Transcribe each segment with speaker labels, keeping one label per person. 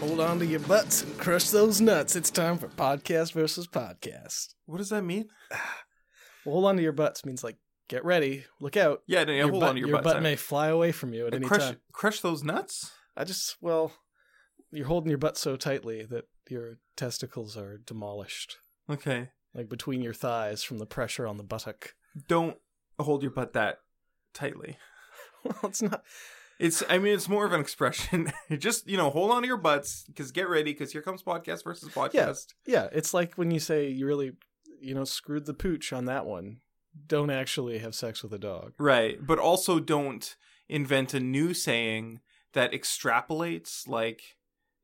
Speaker 1: Hold on to your butts and crush those nuts. It's time for podcast versus podcast.
Speaker 2: What does that mean?
Speaker 1: Well, hold on to your butts means like get ready, look out.
Speaker 2: Yeah, no, yeah,
Speaker 1: your
Speaker 2: hold
Speaker 1: butt,
Speaker 2: on to your,
Speaker 1: your
Speaker 2: butts.
Speaker 1: butt
Speaker 2: I
Speaker 1: may
Speaker 2: mean.
Speaker 1: fly away from you at
Speaker 2: And
Speaker 1: any
Speaker 2: crush,
Speaker 1: time.
Speaker 2: crush those nuts.
Speaker 1: I just well, you're holding your butt so tightly that your testicles are demolished,
Speaker 2: Okay,
Speaker 1: like between your thighs from the pressure on the buttock.
Speaker 2: don't hold your butt that tightly.
Speaker 1: Well, it's not.
Speaker 2: It's, I mean, it's more of an expression. Just you know, hold on to your butts because get ready because here comes podcast versus podcast.
Speaker 1: Yeah, it's like when you say you really, you know, screwed the pooch on that one. Don't actually have sex with a dog.
Speaker 2: Right, but also don't invent a new saying that extrapolates like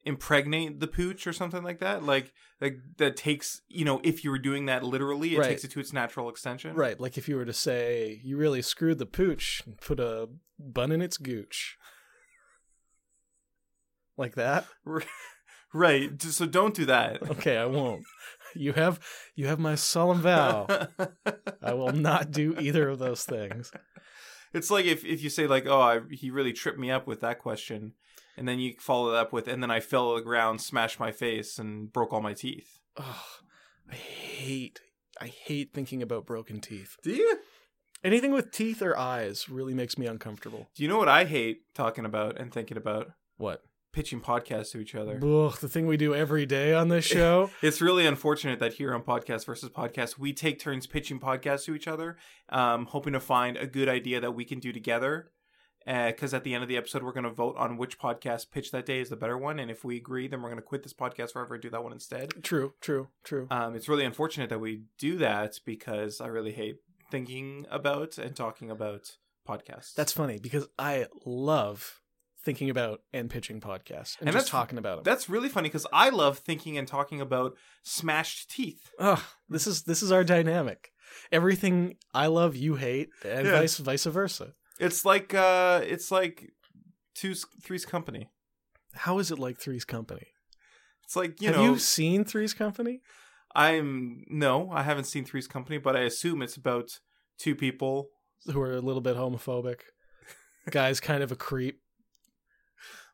Speaker 2: impregnate the pooch or something like that. Like like that takes, you know, if you were doing that literally, it
Speaker 1: Right.
Speaker 2: takes it to its natural extension.
Speaker 1: Right, like if you were to say you really screwed the pooch and put a bun in its gooch. Like that?
Speaker 2: Right. d- So don't do that.
Speaker 1: Okay, I won't. You have you have my solemn vow. I will not do either of those things.
Speaker 2: it's like if if you say like, "Oh, I, he really tripped me up with that question." And then you follow it up with, and then I fell to the ground, smashed my face, and broke all my teeth.
Speaker 1: Oh, I hate I hate thinking about broken teeth.
Speaker 2: Do you?
Speaker 1: Anything with teeth or eyes really makes me uncomfortable.
Speaker 2: Do you know what I hate talking about and thinking about?
Speaker 1: What?
Speaker 2: Pitching podcasts to each other.
Speaker 1: Ugh, the thing we do every day on this show.
Speaker 2: It's really unfortunate that here on Podcast versus Podcast, we take turns pitching podcasts to each other, um, hoping to find a good idea that we can do together. Because at the end of the episode, we're going to vote on which podcast pitch that day is the better one. And if we agree, then we're going to quit this podcast forever and do that one instead.
Speaker 1: true, true, true.
Speaker 2: Um, it's really unfortunate that we do that because I really hate thinking about and talking about podcasts.
Speaker 1: That's funny because I love thinking about and pitching podcasts and,
Speaker 2: And
Speaker 1: just
Speaker 2: that's-
Speaker 1: talking about them.
Speaker 2: that's really funny because I love thinking and talking about smashed teeth.
Speaker 1: Ugh, this is this is our dynamic. Everything I love, you hate, and
Speaker 2: Yeah.
Speaker 1: vice vice versa.
Speaker 2: It's like uh, it's like two three's company.
Speaker 1: How is it like Three's Company?
Speaker 2: It's like you
Speaker 1: Have
Speaker 2: know.
Speaker 1: you seen Three's Company?
Speaker 2: I'm no, I haven't seen Three's Company, but I assume it's about two people.
Speaker 1: Who are a little bit homophobic. Guy's kind of a creep.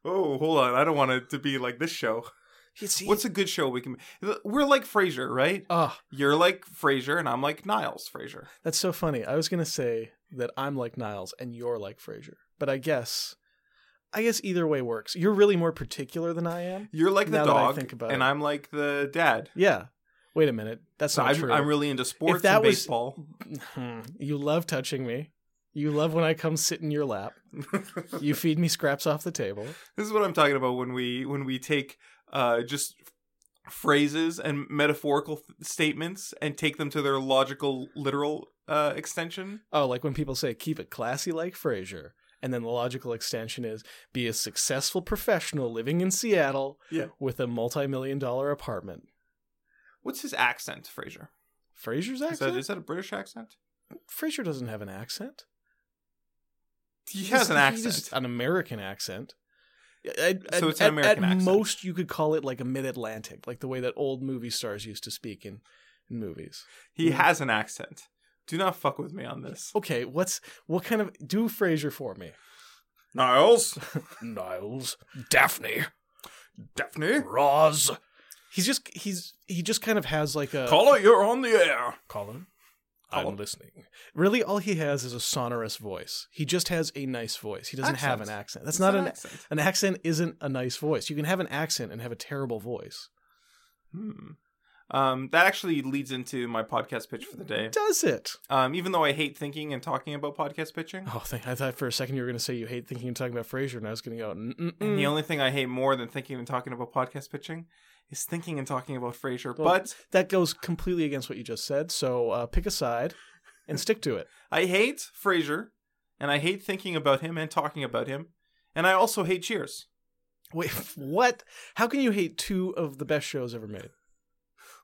Speaker 2: Oh, hold on, I don't want it to be like this show. What's a good show we can? We're like Frasier, right?
Speaker 1: Ah,
Speaker 2: You're like Frasier, and I'm like Niles Frasier.
Speaker 1: that's so funny. I was gonna say that I'm like Niles and you're like Frasier, but I guess, I guess either way works. You're really more particular than I am.
Speaker 2: You're like the
Speaker 1: Now that I
Speaker 2: dog,
Speaker 1: think about
Speaker 2: and
Speaker 1: it.
Speaker 2: I'm like the dad.
Speaker 1: Yeah. Wait a minute. That's
Speaker 2: So
Speaker 1: not
Speaker 2: I'm,
Speaker 1: true.
Speaker 2: I'm really into sports
Speaker 1: that
Speaker 2: and
Speaker 1: was-
Speaker 2: baseball.
Speaker 1: Hmm. you love touching me. You love when I come sit in your lap. You feed me scraps off the table.
Speaker 2: This is what I'm talking about when we when we take uh, just phrases and metaphorical th- statements and take them to their logical literal uh, extension.
Speaker 1: Oh, like when people say keep it classy like Frasier. And then the logical extension is be a successful professional living in Seattle
Speaker 2: Yeah.
Speaker 1: with a multi million dollar apartment.
Speaker 2: What's his accent, Frasier?
Speaker 1: Frasier's
Speaker 2: Is that,
Speaker 1: accent?
Speaker 2: is that a British accent?
Speaker 1: Frasier doesn't have an accent.
Speaker 2: He
Speaker 1: He's-
Speaker 2: has an
Speaker 1: he
Speaker 2: accent.
Speaker 1: just- an American accent. I- I-
Speaker 2: So it's an
Speaker 1: at-
Speaker 2: American
Speaker 1: at
Speaker 2: accent.
Speaker 1: most, you could call it like a mid-Atlantic, like the way that old movie stars used to speak in, in movies.
Speaker 2: He
Speaker 1: Yeah.
Speaker 2: has an accent. Do not fuck with me on this.
Speaker 1: Okay, what's what kind of do Frasier for me?
Speaker 2: Niles,
Speaker 1: Oh. Niles, Daphne,
Speaker 2: Daphne,
Speaker 1: Roz. He's just he's he just kind of has like a
Speaker 2: Caller, you're on the air.
Speaker 1: Colin. I'm
Speaker 2: Colin.
Speaker 1: listening. Really, all he has is a sonorous voice. He just has a nice voice. He doesn't have an accent.
Speaker 2: Accent.
Speaker 1: That's
Speaker 2: It's
Speaker 1: not an
Speaker 2: accent.
Speaker 1: an accent. Isn't a nice voice. You can have an accent and have a terrible voice.
Speaker 2: Hmm. Um, that actually leads into my podcast pitch for the day.
Speaker 1: Does it?
Speaker 2: Um, even though I hate thinking and talking about podcast pitching,
Speaker 1: Oh, thank, I thought for a second you were going to say you hate thinking and talking about Frasier, and I was going to go.
Speaker 2: and the
Speaker 1: Mm-mm.
Speaker 2: only thing I hate more than thinking and talking about podcast pitching is thinking and talking about Frasier.
Speaker 1: Well-
Speaker 2: But
Speaker 1: That goes completely against what you just said. So uh, pick a side and stick to it.
Speaker 2: I hate Frasier, and I hate thinking about him and talking about him, and I also hate Cheers.
Speaker 1: Wait, what? How can you hate two of the best shows ever made?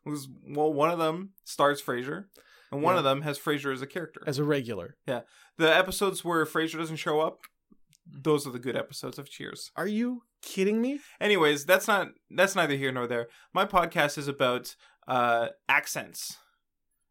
Speaker 2: who's well one of them stars Frasier and one
Speaker 1: Yeah.
Speaker 2: of them has Frasier as a character.
Speaker 1: As a regular,
Speaker 2: the episodes where Frasier doesn't show up, those are the good episodes of Cheers.
Speaker 1: are you kidding me?
Speaker 2: Anyways, that's not that's neither here nor there. My podcast is about uh accents.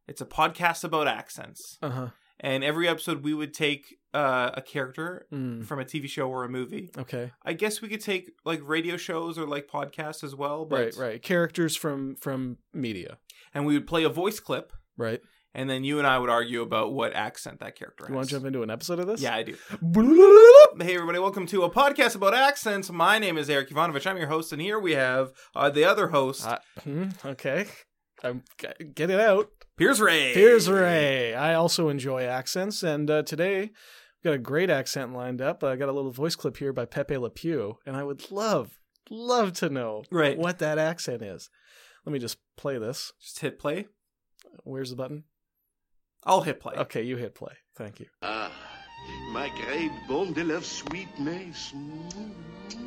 Speaker 2: It's a podcast about accents.
Speaker 1: Uh huh.
Speaker 2: and every episode we would take uh, a character
Speaker 1: Mm,
Speaker 2: from a TV show or a movie.
Speaker 1: okay.
Speaker 2: I guess we could take like radio shows or like podcasts as well, but
Speaker 1: Right, right. Characters from from media.
Speaker 2: and we would play a voice clip,
Speaker 1: Right.
Speaker 2: and then you and I would argue about what accent that character
Speaker 1: You want
Speaker 2: has.
Speaker 1: to jump into an episode of this?
Speaker 2: yeah, I do.
Speaker 1: Blulululup.
Speaker 2: Hey everybody, welcome to a podcast about accents. My name is Eric Ivanovich. I'm your host, and here we have uh, the other host,
Speaker 1: Uh, hmm, okay. Um, g- get it out.
Speaker 2: Piers Ray.
Speaker 1: Here's Ray. I also enjoy accents, and uh, today we've got a great accent lined up. I got a little voice clip here by Pepe Le Pew, and I would love, love to know
Speaker 2: Right.
Speaker 1: what that accent is. Let me just play this.
Speaker 2: Just hit play.
Speaker 1: Where's the button?
Speaker 2: I'll hit play.
Speaker 1: Okay, you hit play. Thank you.
Speaker 3: Ah, my great bundle of sweet maize. Mm.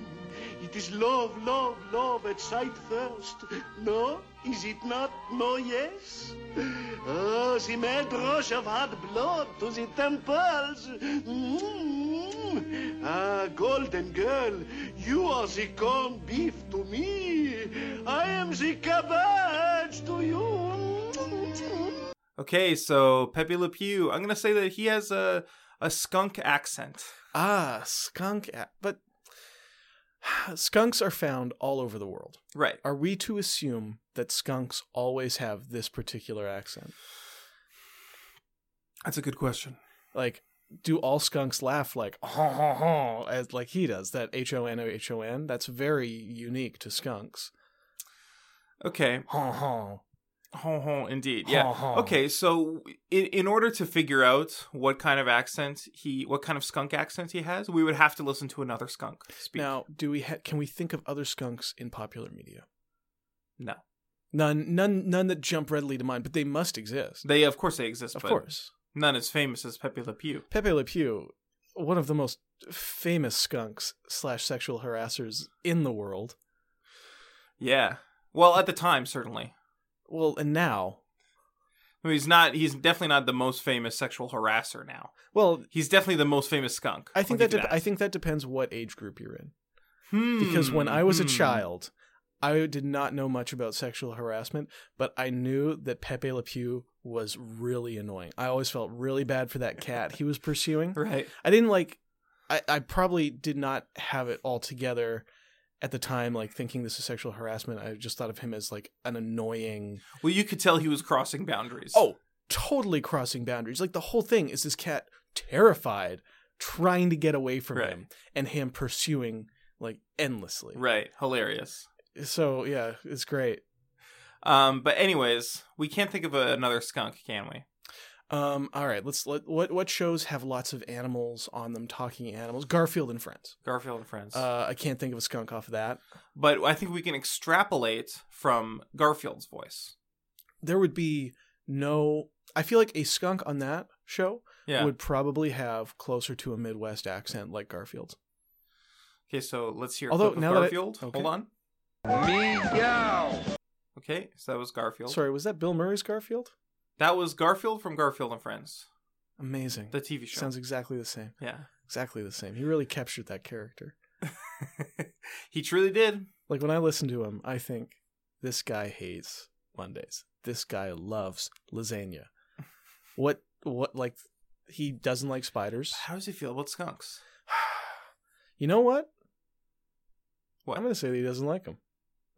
Speaker 3: It is love, love, love at sight first. No, is it not? No, yes. Oh, the mad rush of hot blood to the temples. Mm. Ah, golden girl, you are the corned beef to me. I am the cabbage to you. Mm.
Speaker 2: Okay, so Pepe Le Pew. I'm gonna say that he has a a skunk accent.
Speaker 1: Ah, skunk. a- But skunks are found all over the world.
Speaker 2: Right.
Speaker 1: Are we to assume that skunks always have this particular accent?
Speaker 2: That's a good question.
Speaker 1: like do all skunks laugh like "Huh, huh, huh," as like he does that h o n o h o n that's very unique to skunks
Speaker 2: Okay.
Speaker 1: Huh, huh.
Speaker 2: Hon, hon, indeed. Yeah.
Speaker 1: Hon, hon.
Speaker 2: Okay, so in, in order to figure out what kind of accent he what kind of skunk accent he has, we would have to listen to another skunk speak.
Speaker 1: now do we ha- can we think of other skunks in popular media
Speaker 2: No.
Speaker 1: none none none that jump readily to mind but they must exist
Speaker 2: They of course they exist,
Speaker 1: of
Speaker 2: but
Speaker 1: course
Speaker 2: none as famous as Pepe Le Pew.
Speaker 1: pepe le pew one of the most famous skunks slash sexual harassers in the world
Speaker 2: Yeah. Well, at the time certainly.
Speaker 1: well and now
Speaker 2: I mean, he's not he's definitely not the most famous sexual harasser now.
Speaker 1: well
Speaker 2: He's definitely the most famous skunk.
Speaker 1: i think
Speaker 2: I'll
Speaker 1: that,
Speaker 2: give
Speaker 1: dep
Speaker 2: you
Speaker 1: i think that depends what age group you're in
Speaker 2: Hmm,
Speaker 1: because when I was a
Speaker 2: hmm.
Speaker 1: child, I did not know much about sexual harassment, but I knew that Pepe Le Pew was really annoying. I always felt really bad for that cat he was pursuing.
Speaker 2: Right.
Speaker 1: I didn't like I, I probably did not have it all together at the time, like thinking this is sexual harassment. I just thought of him as like an annoying
Speaker 2: Well, you could tell he was crossing boundaries.
Speaker 1: Oh, totally crossing boundaries. Like the whole thing is this cat terrified, trying to get away from
Speaker 2: Right.
Speaker 1: him and him pursuing like endlessly.
Speaker 2: right. Hilarious.
Speaker 1: So yeah, it's great.
Speaker 2: Um, but anyways, we can't think of a, another skunk, can we?
Speaker 1: Um, all right, let's let what what shows have lots of animals on them talking animals? Garfield and Friends.
Speaker 2: Garfield and Friends.
Speaker 1: Uh, I can't think of a skunk off of that.
Speaker 2: but I think we can extrapolate from Garfield's voice.
Speaker 1: There would be no. I feel like a skunk on that show
Speaker 2: Yeah.
Speaker 1: would probably have closer to a Midwest accent like Garfield's.
Speaker 2: okay, so let's hear
Speaker 1: Although,
Speaker 2: a clip
Speaker 1: now
Speaker 2: of
Speaker 1: that I-
Speaker 2: Garfield.
Speaker 1: okay.
Speaker 2: Hold on.
Speaker 3: Meow.
Speaker 2: Okay, so that was Garfield.
Speaker 1: Sorry, was that Bill Murray's Garfield?
Speaker 2: That was Garfield from Garfield and Friends,
Speaker 1: Amazing.
Speaker 2: the TV show.
Speaker 1: Sounds exactly the same.
Speaker 2: yeah.
Speaker 1: Exactly the same. He really captured that character.
Speaker 2: he truly did.
Speaker 1: Like when I listen to him, I think this guy hates Mondays. This guy loves lasagna. What what like he doesn't like spiders.
Speaker 2: How does he feel about skunks?
Speaker 1: You know what?
Speaker 2: What?
Speaker 1: I'm going to say that he doesn't like them.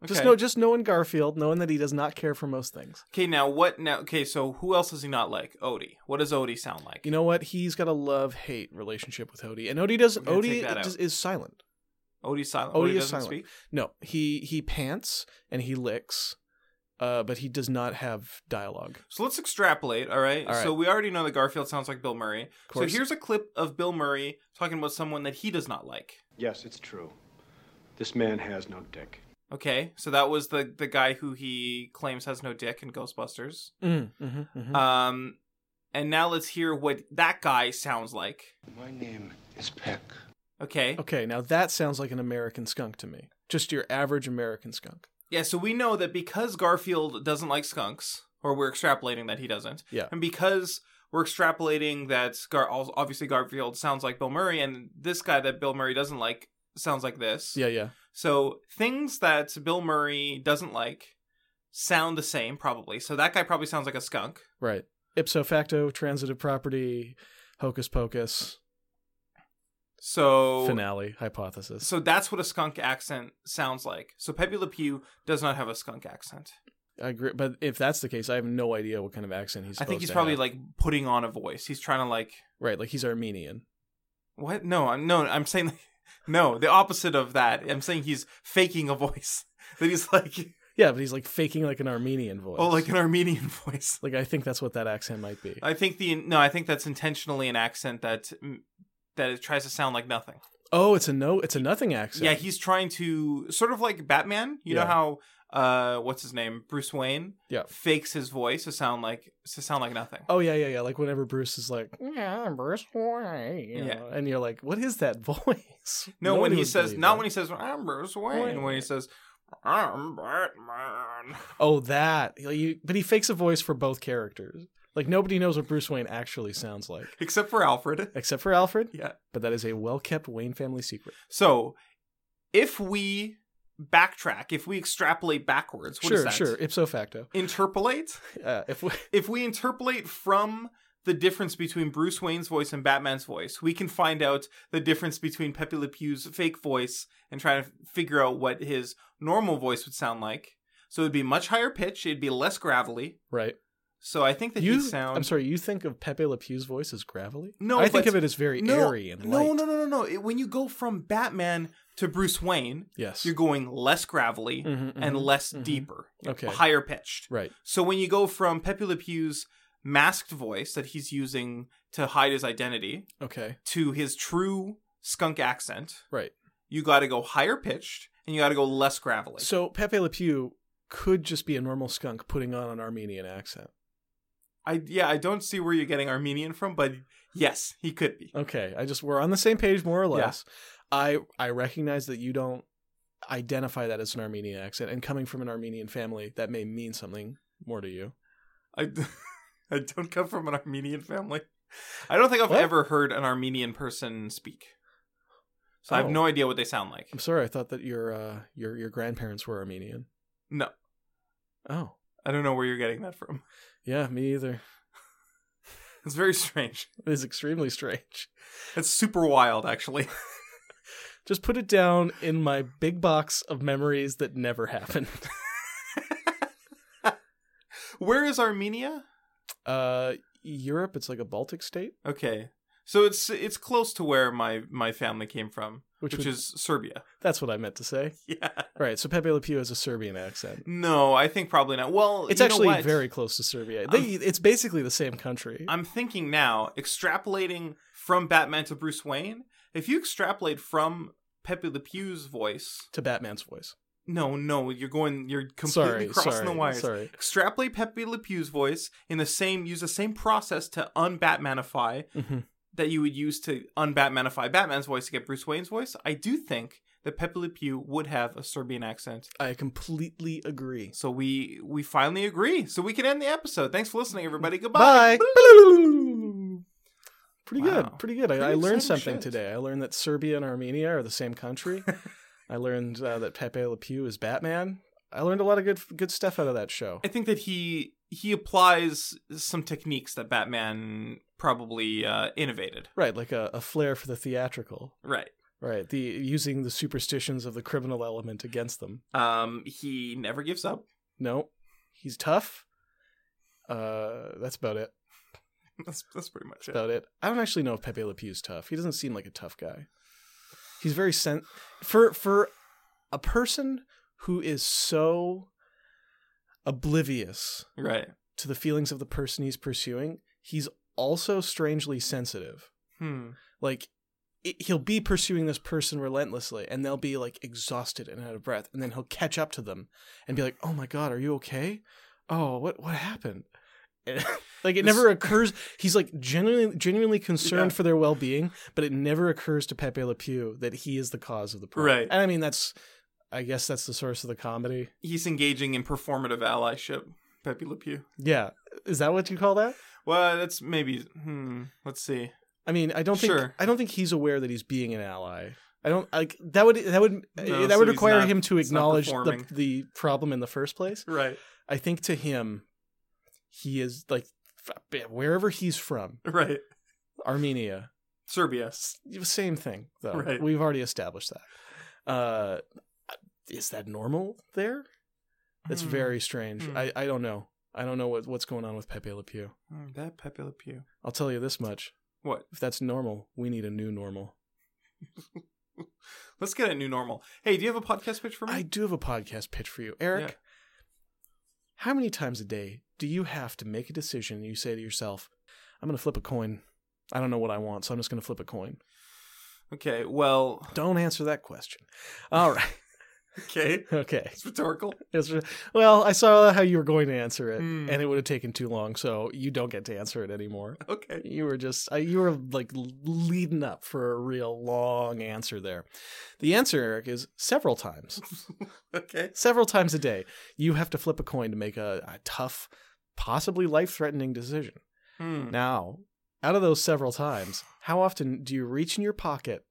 Speaker 2: Okay.
Speaker 1: Just know just knowing Garfield, knowing that he does not care for most things.
Speaker 2: okay, now what now okay, so who else does he not like? Odie. What does Odie sound like?
Speaker 1: You know what? He's got a love-hate relationship with Odie. And Odie doesn't
Speaker 2: We're gonna
Speaker 1: Odie
Speaker 2: take that
Speaker 1: is, is silent.
Speaker 2: Odie's silent.
Speaker 1: Odie
Speaker 2: Odie,
Speaker 1: is
Speaker 2: doesn't
Speaker 1: silent.
Speaker 2: speak.
Speaker 1: No, he he pants and he licks. Uh, but he does not have dialogue.
Speaker 2: So let's extrapolate, all right?
Speaker 1: All right.
Speaker 2: So we already know that Garfield sounds like Bill Murray.
Speaker 1: Of
Speaker 2: So
Speaker 1: course.
Speaker 2: here's a clip of Bill Murray talking about someone that he does not like.
Speaker 4: Yes, it's true. This man has no dick.
Speaker 2: Okay, so that was the the guy who he claims has no dick in Ghostbusters.
Speaker 1: Mm, mhm, mhm.
Speaker 2: Um, and now let's hear what that guy sounds like.
Speaker 3: My name is Peck.
Speaker 2: Okay.
Speaker 1: Okay, now that sounds like an American skunk to me. Just your average American skunk.
Speaker 2: Yeah, so we know that because Garfield doesn't like skunks, or we're extrapolating that he doesn't.
Speaker 1: Yeah.
Speaker 2: And because we're extrapolating that Gar- al- obviously Garfield sounds like Bill Murray, and this guy that Bill Murray doesn't like sounds like this.
Speaker 1: Yeah, yeah.
Speaker 2: So things that Bill Murray doesn't like sound the same, probably. So that guy probably sounds like a skunk.
Speaker 1: Right. ipso facto transitive property, hocus pocus,
Speaker 2: So
Speaker 1: finale, hypothesis.
Speaker 2: so that's what a skunk accent sounds like. So Pepe Le Pew does not have a skunk accent.
Speaker 1: I agree, but if that's the case, I have no idea what kind of accent he's.
Speaker 2: I
Speaker 1: supposed
Speaker 2: think he's
Speaker 1: to
Speaker 2: probably
Speaker 1: have.
Speaker 2: like putting on a voice. He's trying to like
Speaker 1: right, like he's Armenian.
Speaker 2: what? No, I'm no, I'm saying no, the opposite of that. I'm saying he's faking a voice. That he's like
Speaker 1: Yeah, but he's like faking like an Armenian voice.
Speaker 2: oh, like an Armenian voice.
Speaker 1: like I think that's what that accent might be.
Speaker 2: I think the no, I think that's intentionally an accent that mm, that it tries to sound like nothing.
Speaker 1: oh, it's a no, it's a nothing accent.
Speaker 2: Yeah, he's trying to sort of like Batman. You
Speaker 1: Yeah.
Speaker 2: know how uh, what's his name, Bruce Wayne,
Speaker 1: Yeah.
Speaker 2: fakes his voice to sound like to sound like nothing.
Speaker 1: Oh yeah, yeah, yeah. Like whenever Bruce is like, yeah, I'm Bruce Wayne, you
Speaker 2: Yeah.
Speaker 1: know, and you're like, what is that voice?
Speaker 2: no, when
Speaker 1: Nobody
Speaker 2: he
Speaker 1: would
Speaker 2: says
Speaker 1: believe
Speaker 2: not
Speaker 1: that.
Speaker 2: when he says I'm Bruce Wayne, when he says I'm Batman.
Speaker 1: Oh, that. Like, you- but he fakes a voice for both characters. Like nobody knows what Bruce Wayne actually sounds like,
Speaker 2: Except for Alfred.
Speaker 1: except for Alfred.
Speaker 2: Yeah.
Speaker 1: But that is a well kept Wayne family secret.
Speaker 2: So if we backtrack, if we extrapolate backwards, what is
Speaker 1: sure,
Speaker 2: that?
Speaker 1: sure. Ipso facto.
Speaker 2: Interpolate?
Speaker 1: Uh, if we,
Speaker 2: If we interpolate from the difference between Bruce Wayne's voice and Batman's voice, we can find out the difference between Pepe Le Pew's fake voice and try to figure out what his normal voice would sound like. So it'd be much higher pitch, it'd be less gravelly.
Speaker 1: right.
Speaker 2: So I think that
Speaker 1: You.
Speaker 2: he sounds
Speaker 1: I'm sorry. You think of Pepe Le Pew's voice as gravelly?
Speaker 2: No,
Speaker 1: I think
Speaker 2: but-
Speaker 1: of it as very
Speaker 2: no,
Speaker 1: airy and
Speaker 2: no,
Speaker 1: light.
Speaker 2: no, no, no, no. It- when you go from Batman to Bruce Wayne,
Speaker 1: Yes.
Speaker 2: you're going less gravelly
Speaker 1: Mhm,
Speaker 2: and
Speaker 1: mhm,
Speaker 2: less
Speaker 1: mhm.
Speaker 2: deeper,
Speaker 1: Okay.
Speaker 2: higher pitched.
Speaker 1: Right.
Speaker 2: So when you go from Pepe Le Pew's masked voice that he's using to hide his identity
Speaker 1: Okay.
Speaker 2: to his true skunk accent,
Speaker 1: Right.
Speaker 2: you got to go higher pitched and you got to go less gravelly.
Speaker 1: So Pepe Le Pew could just be a normal skunk putting on an Armenian accent.
Speaker 2: I yeah, I don't see where you're getting Armenian from, but yes, he could be.
Speaker 1: Okay, I just we're on the same page more or
Speaker 2: Yeah.
Speaker 1: less. I I recognize that you don't identify that as an Armenian accent, and coming from an Armenian family, that may mean something more to you.
Speaker 2: I I don't come from an Armenian family. I don't think I've
Speaker 1: What?
Speaker 2: ever heard an Armenian person speak. So I have
Speaker 1: Oh.
Speaker 2: no idea what they sound like.
Speaker 1: I'm sorry, I thought that your uh, your your grandparents were Armenian.
Speaker 2: No.
Speaker 1: Oh,
Speaker 2: I don't know where you're getting that from.
Speaker 1: yeah, me either.
Speaker 2: It's very strange.
Speaker 1: It is extremely strange.
Speaker 2: It's super wild actually.
Speaker 1: Just put it down in my big box of memories that never happened.
Speaker 2: Where is Armenia?
Speaker 1: Uh, Europe, it's like a Baltic state,
Speaker 2: Okay. So it's it's close to where my my family came from,
Speaker 1: which,
Speaker 2: which,
Speaker 1: would-
Speaker 2: is Serbia.
Speaker 1: that's what I meant to say.
Speaker 2: Yeah.
Speaker 1: Right, so Pepe Le Pew has a Serbian accent.
Speaker 2: No, I think probably not. Well,
Speaker 1: It's
Speaker 2: you know
Speaker 1: actually
Speaker 2: what?
Speaker 1: very close to Serbia. They, it's basically the same country.
Speaker 2: I'm thinking now, extrapolating from Batman to Bruce Wayne, if you extrapolate from Pepe Le Pew's voice,
Speaker 1: to Batman's voice.
Speaker 2: no, no, you're going, you're completely
Speaker 1: Sorry,
Speaker 2: crossing
Speaker 1: sorry,
Speaker 2: the wires.
Speaker 1: sorry.
Speaker 2: Extrapolate Pepe Le Pew's voice in the same, use the same process to un-Batmanify
Speaker 1: Mhm.
Speaker 2: that you would use to un-Batmanify Batman's voice to get Bruce Wayne's voice. I do think that Pepe Le Pew would have a Serbian accent.
Speaker 1: I completely agree.
Speaker 2: So we we finally agree. So we can end the episode. Thanks for listening, everybody. Goodbye.
Speaker 1: Bye. Pretty
Speaker 2: Wow.
Speaker 1: good. Pretty good. I,
Speaker 2: Pretty
Speaker 1: I learned
Speaker 2: exciting
Speaker 1: something
Speaker 2: shit.
Speaker 1: today. I learned that Serbia and Armenia are the same country. I learned uh, that Pepe Le Pew is Batman. I learned a lot of good good stuff out of that show.
Speaker 2: I think that he he applies some techniques that Batman probably uh, innovated.
Speaker 1: Right, like a, a flair for the theatrical.
Speaker 2: Right.
Speaker 1: Right, the using the superstitions of the criminal element against them.
Speaker 2: Um, he never gives up.
Speaker 1: No, he's tough. Uh, that's about it.
Speaker 2: That's that's pretty much it.
Speaker 1: about it. I don't actually know if Pepe Le Pew's tough. He doesn't seem like a tough guy. He's very sen for for a person who is so oblivious
Speaker 2: Right.
Speaker 1: to the feelings of the person he's pursuing. He's also strangely sensitive.
Speaker 2: Hmm.
Speaker 1: Like it, he'll be pursuing this person relentlessly, and they'll be like exhausted and out of breath, and then he'll catch up to them and be like, "Oh my god, are you okay? Oh, what what happened?" like it
Speaker 2: This-
Speaker 1: never occurs. He's like genuinely genuinely concerned
Speaker 2: Yeah.
Speaker 1: for their well being, but it never occurs to Pepe Le Pew that he is the cause of the problem.
Speaker 2: Right.
Speaker 1: And I mean that's, I guess that's the source of the comedy.
Speaker 2: He's engaging in performative allyship. Pepe Le Pew.
Speaker 1: Yeah, is that what you call that?
Speaker 2: Well, that's maybe. Hmm. Let's see.
Speaker 1: I mean, I don't think
Speaker 2: Sure.
Speaker 1: I don't think he's aware that he's being an ally. I don't like that would that would eh,
Speaker 2: No,
Speaker 1: that
Speaker 2: so
Speaker 1: would
Speaker 2: he's
Speaker 1: require
Speaker 2: not-
Speaker 1: him to
Speaker 2: he's not
Speaker 1: acknowledge the,
Speaker 2: performing.
Speaker 1: the problem in the first place.
Speaker 2: Right.
Speaker 1: I think to him, he is like f- wherever he's from,
Speaker 2: Right.
Speaker 1: Armenia.
Speaker 2: Serbia.
Speaker 1: S- Same thing, though.
Speaker 2: Right.
Speaker 1: We've already established that. Uh, is that normal there? That's
Speaker 2: Hmm.
Speaker 1: very strange.
Speaker 2: Hmm.
Speaker 1: I, I don't know. I don't know what, what's going on with Pepe Le Pew.
Speaker 2: Mm, that Pepe Le Pew.
Speaker 1: I'll tell you this much.
Speaker 2: What?
Speaker 1: If that's normal, we need a new normal.
Speaker 2: Let's get a new normal. Hey, do you have a podcast pitch for me?
Speaker 1: I do have a podcast pitch for you, Eric.
Speaker 2: Hmm. Yeah.
Speaker 1: How many times a day do you have to make a decision and you say to yourself, I'm going to flip a coin? I don't know what I want, so I'm just going to flip a coin.
Speaker 2: Okay. Well.
Speaker 1: Don't answer that question. All right.
Speaker 2: Okay.
Speaker 1: Okay.
Speaker 2: It's rhetorical.
Speaker 1: It's- well, I saw how you were going to answer it,
Speaker 2: Hmm.
Speaker 1: and it would have taken too long, so you don't get to answer it anymore.
Speaker 2: Okay.
Speaker 1: You were just, I- you were like leading up for a real long answer there. The answer, Eric, is several times.
Speaker 2: Okay.
Speaker 1: several times a day you have to flip a coin to make a, a tough possibly life-threatening decision
Speaker 2: Hmm.
Speaker 1: now out of those several times how often do you reach in your pocket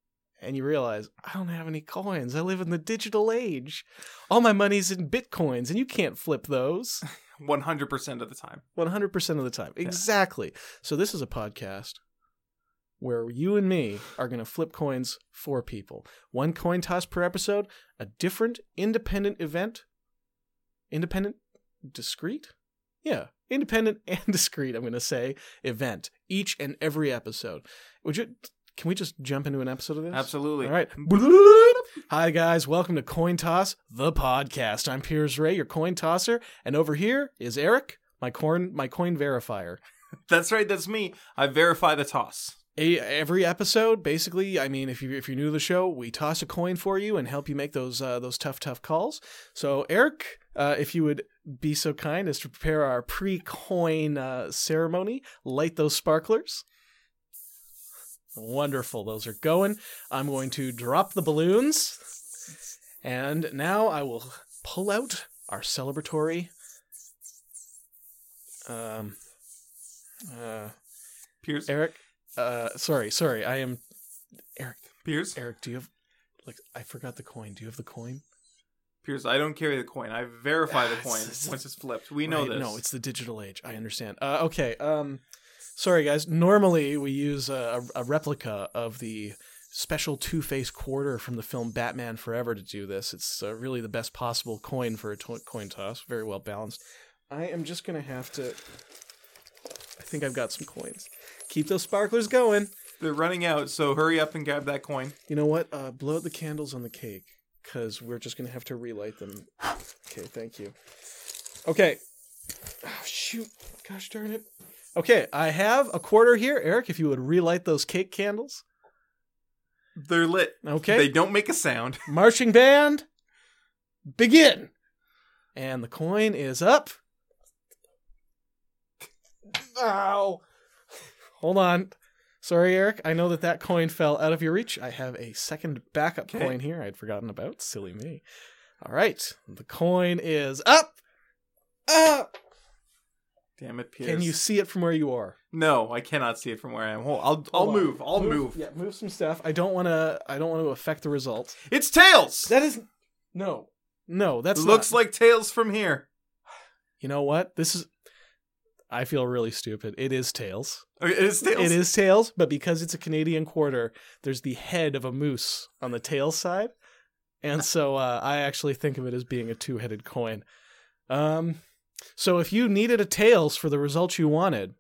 Speaker 1: and you realize i don't have any coins i live in the digital age all my money's in bitcoins and you can't flip those
Speaker 2: 100% of the time.
Speaker 1: 100% of the time exactly so this is a podcast where you and me are going to flip coins for people one coin toss per episode a different independent event independent discrete yeah independent and discrete i'm going to say event each and every episode would you can we just jump into an episode of this
Speaker 2: Absolutely.
Speaker 1: all right. Hi, guys. Welcome to Coin Toss, the podcast. I'm Piers Ray, your coin tosser. And over here is Eric, my coin, my coin verifier.
Speaker 2: That's right. That's me. I verify the toss.
Speaker 1: A, every episode, basically, I mean, if, you, if you're new to the show, we toss a coin for you and help you make those, uh, those tough, tough calls. So, Eric, uh, if you would be so kind as to prepare our pre coin uh, ceremony, light those sparklers. Wonderful. Those are going. I'm going to drop the balloons. And now I will pull out our celebratory. Um. Uh,
Speaker 2: Piers.
Speaker 1: Eric, uh, sorry, sorry. I am
Speaker 2: Piers.
Speaker 1: Eric. Do you have like I forgot the coin? Do you have the coin?
Speaker 2: Piers. I don't carry the coin. I verify the
Speaker 1: Ah,
Speaker 2: coin
Speaker 1: it's-
Speaker 2: once it's flipped. We know
Speaker 1: Right,
Speaker 2: this.
Speaker 1: No, it's the digital age. I understand. Uh, okay. Um, sorry guys. Normally we use a, a replica of the special two face quarter from the film Batman Forever to do this. It's uh, really the best possible coin for a to- coin toss. Very well balanced. I am just gonna have to. I think I've got some coins. Keep those sparklers going.
Speaker 2: They're running out, so hurry up and grab that coin.
Speaker 1: You know what? Uh, blow out the candles on the cake because we're just gonna have to relight them. Okay, thank you. Okay. Oh, shoot! Gosh darn it. Okay, I have a quarter here, Eric. If you would relight those cake candles.
Speaker 2: They're lit.
Speaker 1: Okay.
Speaker 2: They don't make a sound.
Speaker 1: Marching band, begin. And the coin is up. Ow. Hold on. Sorry, Eric. I know that that coin fell out of your reach. I have a second backup
Speaker 2: Okay.
Speaker 1: coin here I'd forgotten about. Silly me. All right. The coin is up. Up.
Speaker 2: Damn it, Piers.
Speaker 1: Can you see it from where you are?
Speaker 2: No, I cannot see it from where I am. Hold, I'll, I'll
Speaker 1: Hold on.
Speaker 2: move. I'll move.
Speaker 1: Yeah, move some stuff. I don't want to I don't want to affect the result.
Speaker 2: It's tails.
Speaker 1: That is No. No, that's
Speaker 2: Looks
Speaker 1: not.
Speaker 2: like tails from here.
Speaker 1: you know what? This is. I feel really stupid. It is tails.
Speaker 2: Okay, It is tails.
Speaker 1: It is tails, but because it's a Canadian quarter, there's the head of a moose on the tail side, and so uh, I actually think of it as being a two-headed coin. Um, so if you needed a tails for the result you wanted,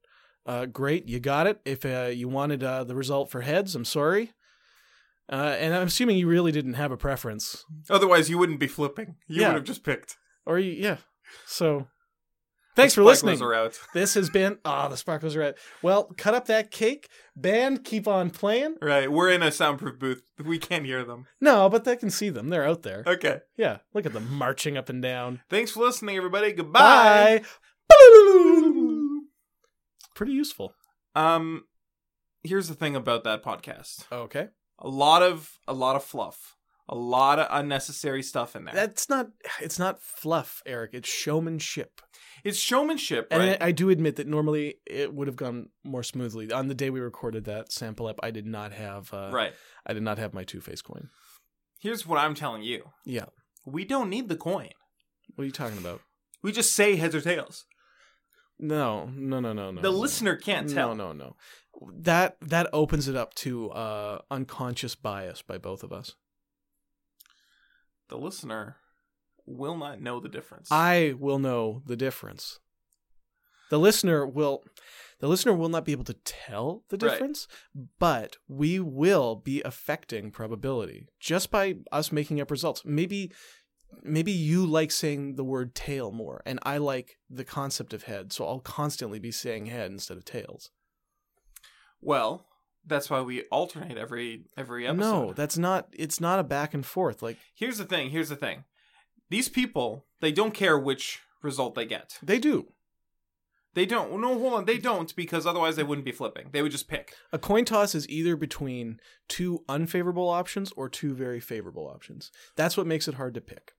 Speaker 1: uh, great, you got it. If uh, you wanted uh, the result for heads, I'm sorry. Uh, and I'm assuming you really didn't have a preference,
Speaker 2: Otherwise, you wouldn't be flipping. You
Speaker 1: Yeah.
Speaker 2: would have just picked.
Speaker 1: or you, yeah. So, thanks for
Speaker 2: Black
Speaker 1: listening.
Speaker 2: Rose Are out.
Speaker 1: This has been ah the sparklers are out. Well, cut up that cake, band. Keep on playing.
Speaker 2: Right, we're in a soundproof booth. We can't hear them.
Speaker 1: No, but they can see them. They're out there.
Speaker 2: Okay.
Speaker 1: Yeah, look at them marching up and down.
Speaker 2: Thanks for listening, everybody. Goodbye.
Speaker 1: Bye. Pretty useful.
Speaker 2: Um, here's the thing about that podcast.
Speaker 1: Okay,
Speaker 2: A lot of a lot of fluff. A lot of unnecessary stuff in there.
Speaker 1: that's not. It's not fluff, Eric. It's showmanship.
Speaker 2: it's showmanship,
Speaker 1: And
Speaker 2: right?
Speaker 1: I, I do admit that normally it would have gone more smoothly. On the day we recorded that sample up, I did not have. Uh,
Speaker 2: right.
Speaker 1: I did not have my two face coin.
Speaker 2: Here's what I'm telling you.
Speaker 1: Yeah.
Speaker 2: We don't need the coin.
Speaker 1: What are you talking about?
Speaker 2: We just say heads or tails.
Speaker 1: No, no, no, no, no.
Speaker 2: the
Speaker 1: no.
Speaker 2: listener can't tell.
Speaker 1: No, no, no. That that opens it up to uh, unconscious bias by both of us.
Speaker 2: The listener will not know the difference.
Speaker 1: I will know the difference. The listener will the listener will not be able to tell the
Speaker 2: Right.
Speaker 1: difference, but we will be affecting probability just by us making up results. Maybe maybe you like saying the word tail more and I like the concept of head, so I'll constantly be saying head instead of tails.
Speaker 2: well, that's why we alternate every every episode.
Speaker 1: No, that's not it's not a back and forth like
Speaker 2: Here's the thing. Here's the thing. These people, they don't care which result they get.
Speaker 1: they do.
Speaker 2: They don't. No, hold on. They don't because otherwise they wouldn't be flipping. They would just pick.
Speaker 1: A coin toss is either between two unfavorable options or two very favorable options. That's what makes it hard to pick.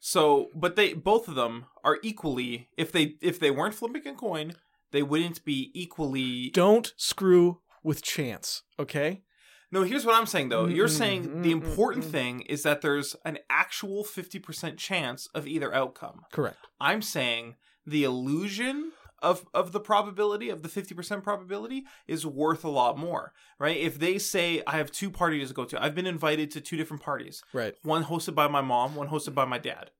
Speaker 2: So, but they both of them are equally. If they if they weren't flipping a coin, they wouldn't be equally.
Speaker 1: Don't screw with chance, okay?
Speaker 2: No, here's what I'm saying though. You're
Speaker 1: Mm-mm,
Speaker 2: saying the
Speaker 1: mm-hmm,
Speaker 2: important
Speaker 1: mm-mm.
Speaker 2: thing is that there's an actual 50% chance of either outcome.
Speaker 1: Correct.
Speaker 2: I'm saying the illusion of of the probability of the 50% probability is worth a lot more, right? If they say I have two parties to go to. I've been invited to two different parties.
Speaker 1: Right.
Speaker 2: One hosted by my mom, one hosted by my dad.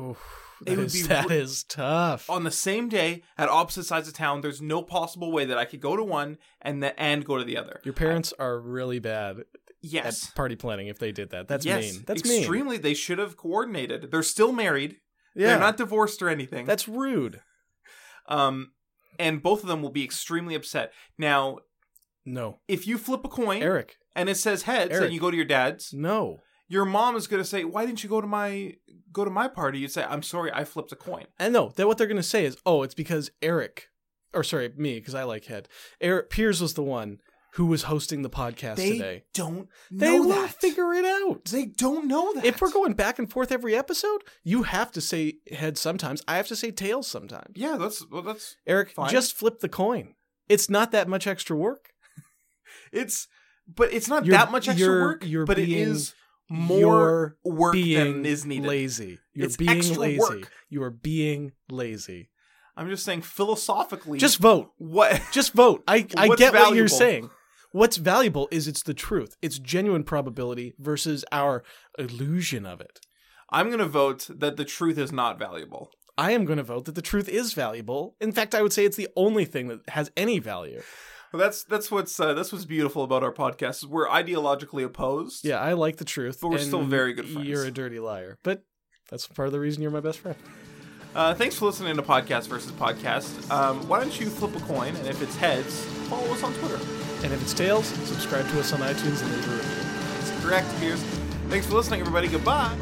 Speaker 1: Oof,
Speaker 2: It
Speaker 1: that,
Speaker 2: would
Speaker 1: is,
Speaker 2: be Oh,
Speaker 1: that
Speaker 2: re-
Speaker 1: is tough.
Speaker 2: On the same day at opposite sides of town, there's no possible way that I could go to one and the and go to the other.
Speaker 1: Your parents are really bad
Speaker 2: Yes.
Speaker 1: at party planning if they did that. That's
Speaker 2: yes.
Speaker 1: mean. That's mean.
Speaker 2: extremely they should have coordinated. They're still married.
Speaker 1: Yeah.
Speaker 2: They're not divorced or anything.
Speaker 1: That's rude.
Speaker 2: um and both of them will be extremely upset. Now,
Speaker 1: No.
Speaker 2: if you flip a coin
Speaker 1: Eric,
Speaker 2: and it says heads
Speaker 1: Eric.
Speaker 2: and you go to your dad's,
Speaker 1: no.
Speaker 2: your mom is going to say, "Why didn't you go to my go to my party?" You'd say, "I'm sorry, I flipped a coin."
Speaker 1: And no, that what they're going to say is, "Oh, it's because Eric or sorry, me because I like head. Eric Piers was the one who was hosting the podcast
Speaker 2: They
Speaker 1: today."
Speaker 2: don't know
Speaker 1: They will
Speaker 2: that.
Speaker 1: figure it out.
Speaker 2: they don't know that.
Speaker 1: If we're going back and forth every episode, you have to say head sometimes. I have to say tails sometimes.
Speaker 2: Yeah, that's well, that's
Speaker 1: Eric,
Speaker 2: Fine.
Speaker 1: just flip the coin. It's not that much extra work.
Speaker 2: it's but it's not
Speaker 1: You're-
Speaker 2: that much extra
Speaker 1: you're-
Speaker 2: work,
Speaker 1: you're
Speaker 2: but it
Speaker 1: being-
Speaker 2: is more work
Speaker 1: being
Speaker 2: than is needed.
Speaker 1: lazy. You're
Speaker 2: It's
Speaker 1: being
Speaker 2: extra
Speaker 1: lazy.
Speaker 2: work.
Speaker 1: You are being lazy.
Speaker 2: I'm just saying philosophically
Speaker 1: Just vote.
Speaker 2: what
Speaker 1: Just vote. I, I
Speaker 2: Mm. What's
Speaker 1: get what you're
Speaker 2: valuable?
Speaker 1: saying. What's valuable is it's the truth. It's genuine probability versus our illusion of it.
Speaker 2: I'm going to vote that the truth is not valuable.
Speaker 1: I am going to vote that the truth is valuable. In fact, I would say it's the only thing that has any value.
Speaker 2: Well, that's that's what's uh, that's what's beautiful about our podcast is we're ideologically opposed.
Speaker 1: Yeah, I like the truth.
Speaker 2: But we're still
Speaker 1: and
Speaker 2: very good friends.
Speaker 1: You're a dirty liar. But that's part of the reason you're my best friend.
Speaker 2: Uh, thanks for listening to Podcast versus Podcast. Um, why don't you flip a coin, and if it's heads, follow us on Twitter.
Speaker 1: And if it's tails, subscribe to us on iTunes and leave a review.
Speaker 2: It's correct, Pierce. Thanks for listening, everybody. Goodbye.